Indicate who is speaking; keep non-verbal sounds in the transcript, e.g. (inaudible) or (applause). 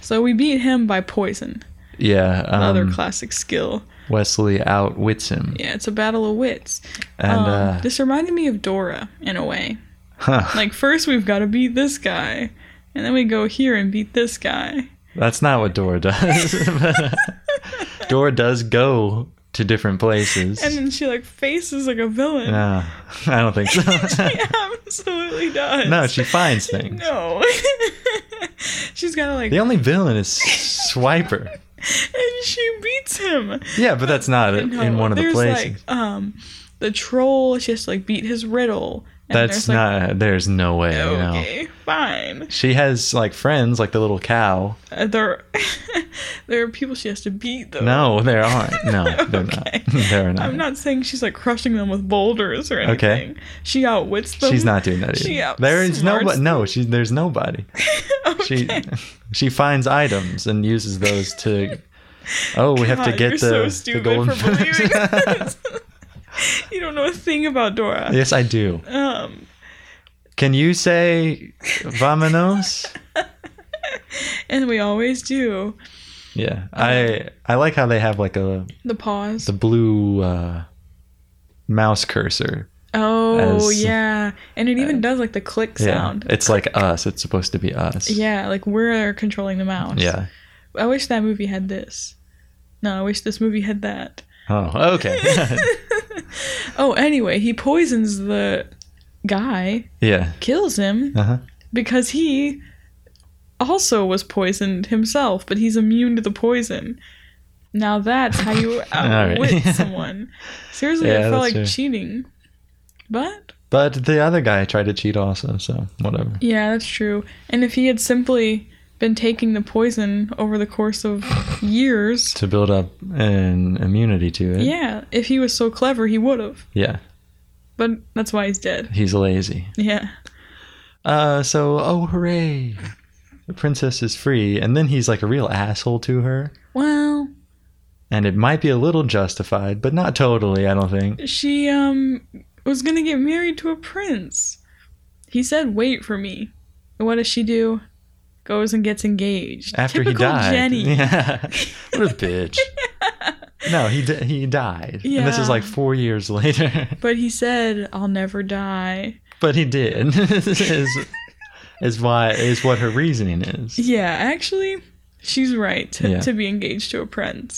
Speaker 1: So we beat him by poison.
Speaker 2: Yeah. Um,
Speaker 1: Another classic skill.
Speaker 2: Wesley outwits him.
Speaker 1: Yeah, it's a battle of wits.
Speaker 2: And,
Speaker 1: um,
Speaker 2: uh,
Speaker 1: this reminded me of Dora in a way.
Speaker 2: Huh.
Speaker 1: Like first we've got to beat this guy, and then we go here and beat this guy.
Speaker 2: That's not what
Speaker 1: (laughs)
Speaker 2: Dora does. (laughs) Dora does go to different places.
Speaker 1: And then she like faces like a villain.
Speaker 2: no, I
Speaker 1: (laughs)
Speaker 2: don't think so.
Speaker 1: She absolutely does.
Speaker 2: no, she finds things.
Speaker 1: (laughs) No. (laughs) She's gotta like
Speaker 2: The only villain is Swiper.
Speaker 1: and she beats him.
Speaker 2: Yeah, but that's not it
Speaker 1: No,
Speaker 2: in one of the
Speaker 1: there's
Speaker 2: places.
Speaker 1: like um the troll, she has to like beat his riddle. And
Speaker 2: that's
Speaker 1: there's, like,
Speaker 2: not. there's no way. No.
Speaker 1: okay, fine.
Speaker 2: She has like friends, like the little cow.
Speaker 1: Uh, there (laughs) there are people she has to beat though.
Speaker 2: No, there aren't.
Speaker 1: (laughs)
Speaker 2: No, they're (laughs)
Speaker 1: Okay.
Speaker 2: not. they're not.
Speaker 1: I'm not saying she's like crushing them with boulders or
Speaker 2: Okay.
Speaker 1: anything. She outwits them.
Speaker 2: She's
Speaker 1: (laughs)
Speaker 2: not doing that
Speaker 1: She
Speaker 2: either. There is nobody.
Speaker 1: outsmarts
Speaker 2: No, she, there's nobody. She
Speaker 1: (laughs) Okay.
Speaker 2: she finds items and uses those to. Oh, we have to
Speaker 1: God,
Speaker 2: get
Speaker 1: you're
Speaker 2: the,
Speaker 1: so
Speaker 2: the
Speaker 1: stupid
Speaker 2: golden.
Speaker 1: for
Speaker 2: (laughs)
Speaker 1: believing (laughs) this. you don't know a thing about Dora.
Speaker 2: yes, I do.
Speaker 1: Um, (laughs)
Speaker 2: Can you say "vamonos"?
Speaker 1: and we always do
Speaker 2: Yeah, I I like how they have like a
Speaker 1: the pause.
Speaker 2: the blue uh, mouse cursor.
Speaker 1: oh
Speaker 2: as-
Speaker 1: yeah, and it even does like the click
Speaker 2: Yeah,
Speaker 1: sound.
Speaker 2: it's like us. It's supposed to be us.
Speaker 1: Yeah, like we're controlling the mouse.
Speaker 2: Yeah.
Speaker 1: I wish that movie had this. No, I wish this movie had
Speaker 2: (laughs)
Speaker 1: that.
Speaker 2: Oh, okay.
Speaker 1: Oh, anyway, he poisons the guy,
Speaker 2: yeah.
Speaker 1: kills him,
Speaker 2: Uh huh.
Speaker 1: because he also was poisoned himself, but he's immune to the poison. Now that's how
Speaker 2: (laughs)
Speaker 1: you
Speaker 2: right.
Speaker 1: outwit someone. Seriously,
Speaker 2: Yeah,
Speaker 1: I felt
Speaker 2: that's
Speaker 1: like
Speaker 2: true.
Speaker 1: cheating. But
Speaker 2: But the other guy tried to cheat also, so whatever.
Speaker 1: yeah, that's true. And if he had simply been taking the poison over the course of years,
Speaker 2: To build up an immunity to it.
Speaker 1: yeah, if he was so clever, he would have.
Speaker 2: Yeah.
Speaker 1: But that's why he's
Speaker 2: (laughs)
Speaker 1: dead.
Speaker 2: He's lazy.
Speaker 1: Yeah.
Speaker 2: Uh, so oh hooray, the princess is free, and then he's like a real asshole to her,
Speaker 1: Well,
Speaker 2: and it might be a little justified, but not totally. I don't think.
Speaker 1: she um was gonna get married to a prince. He said, "Wait for me." And what does she do? Goes and gets engaged.
Speaker 2: After
Speaker 1: Typical
Speaker 2: he died.
Speaker 1: Jenny.
Speaker 2: (laughs) Yeah. what a bitch.
Speaker 1: (laughs)
Speaker 2: No, he di- he died, and this is
Speaker 1: Yeah.
Speaker 2: like four years (laughs) later.
Speaker 1: But he said, "I'll never die."
Speaker 2: but he did. (laughs) is
Speaker 1: (laughs)
Speaker 2: is why is what her reasoning is.
Speaker 1: Yeah, actually, she's right to,
Speaker 2: Yeah.
Speaker 1: to be engaged to a prince.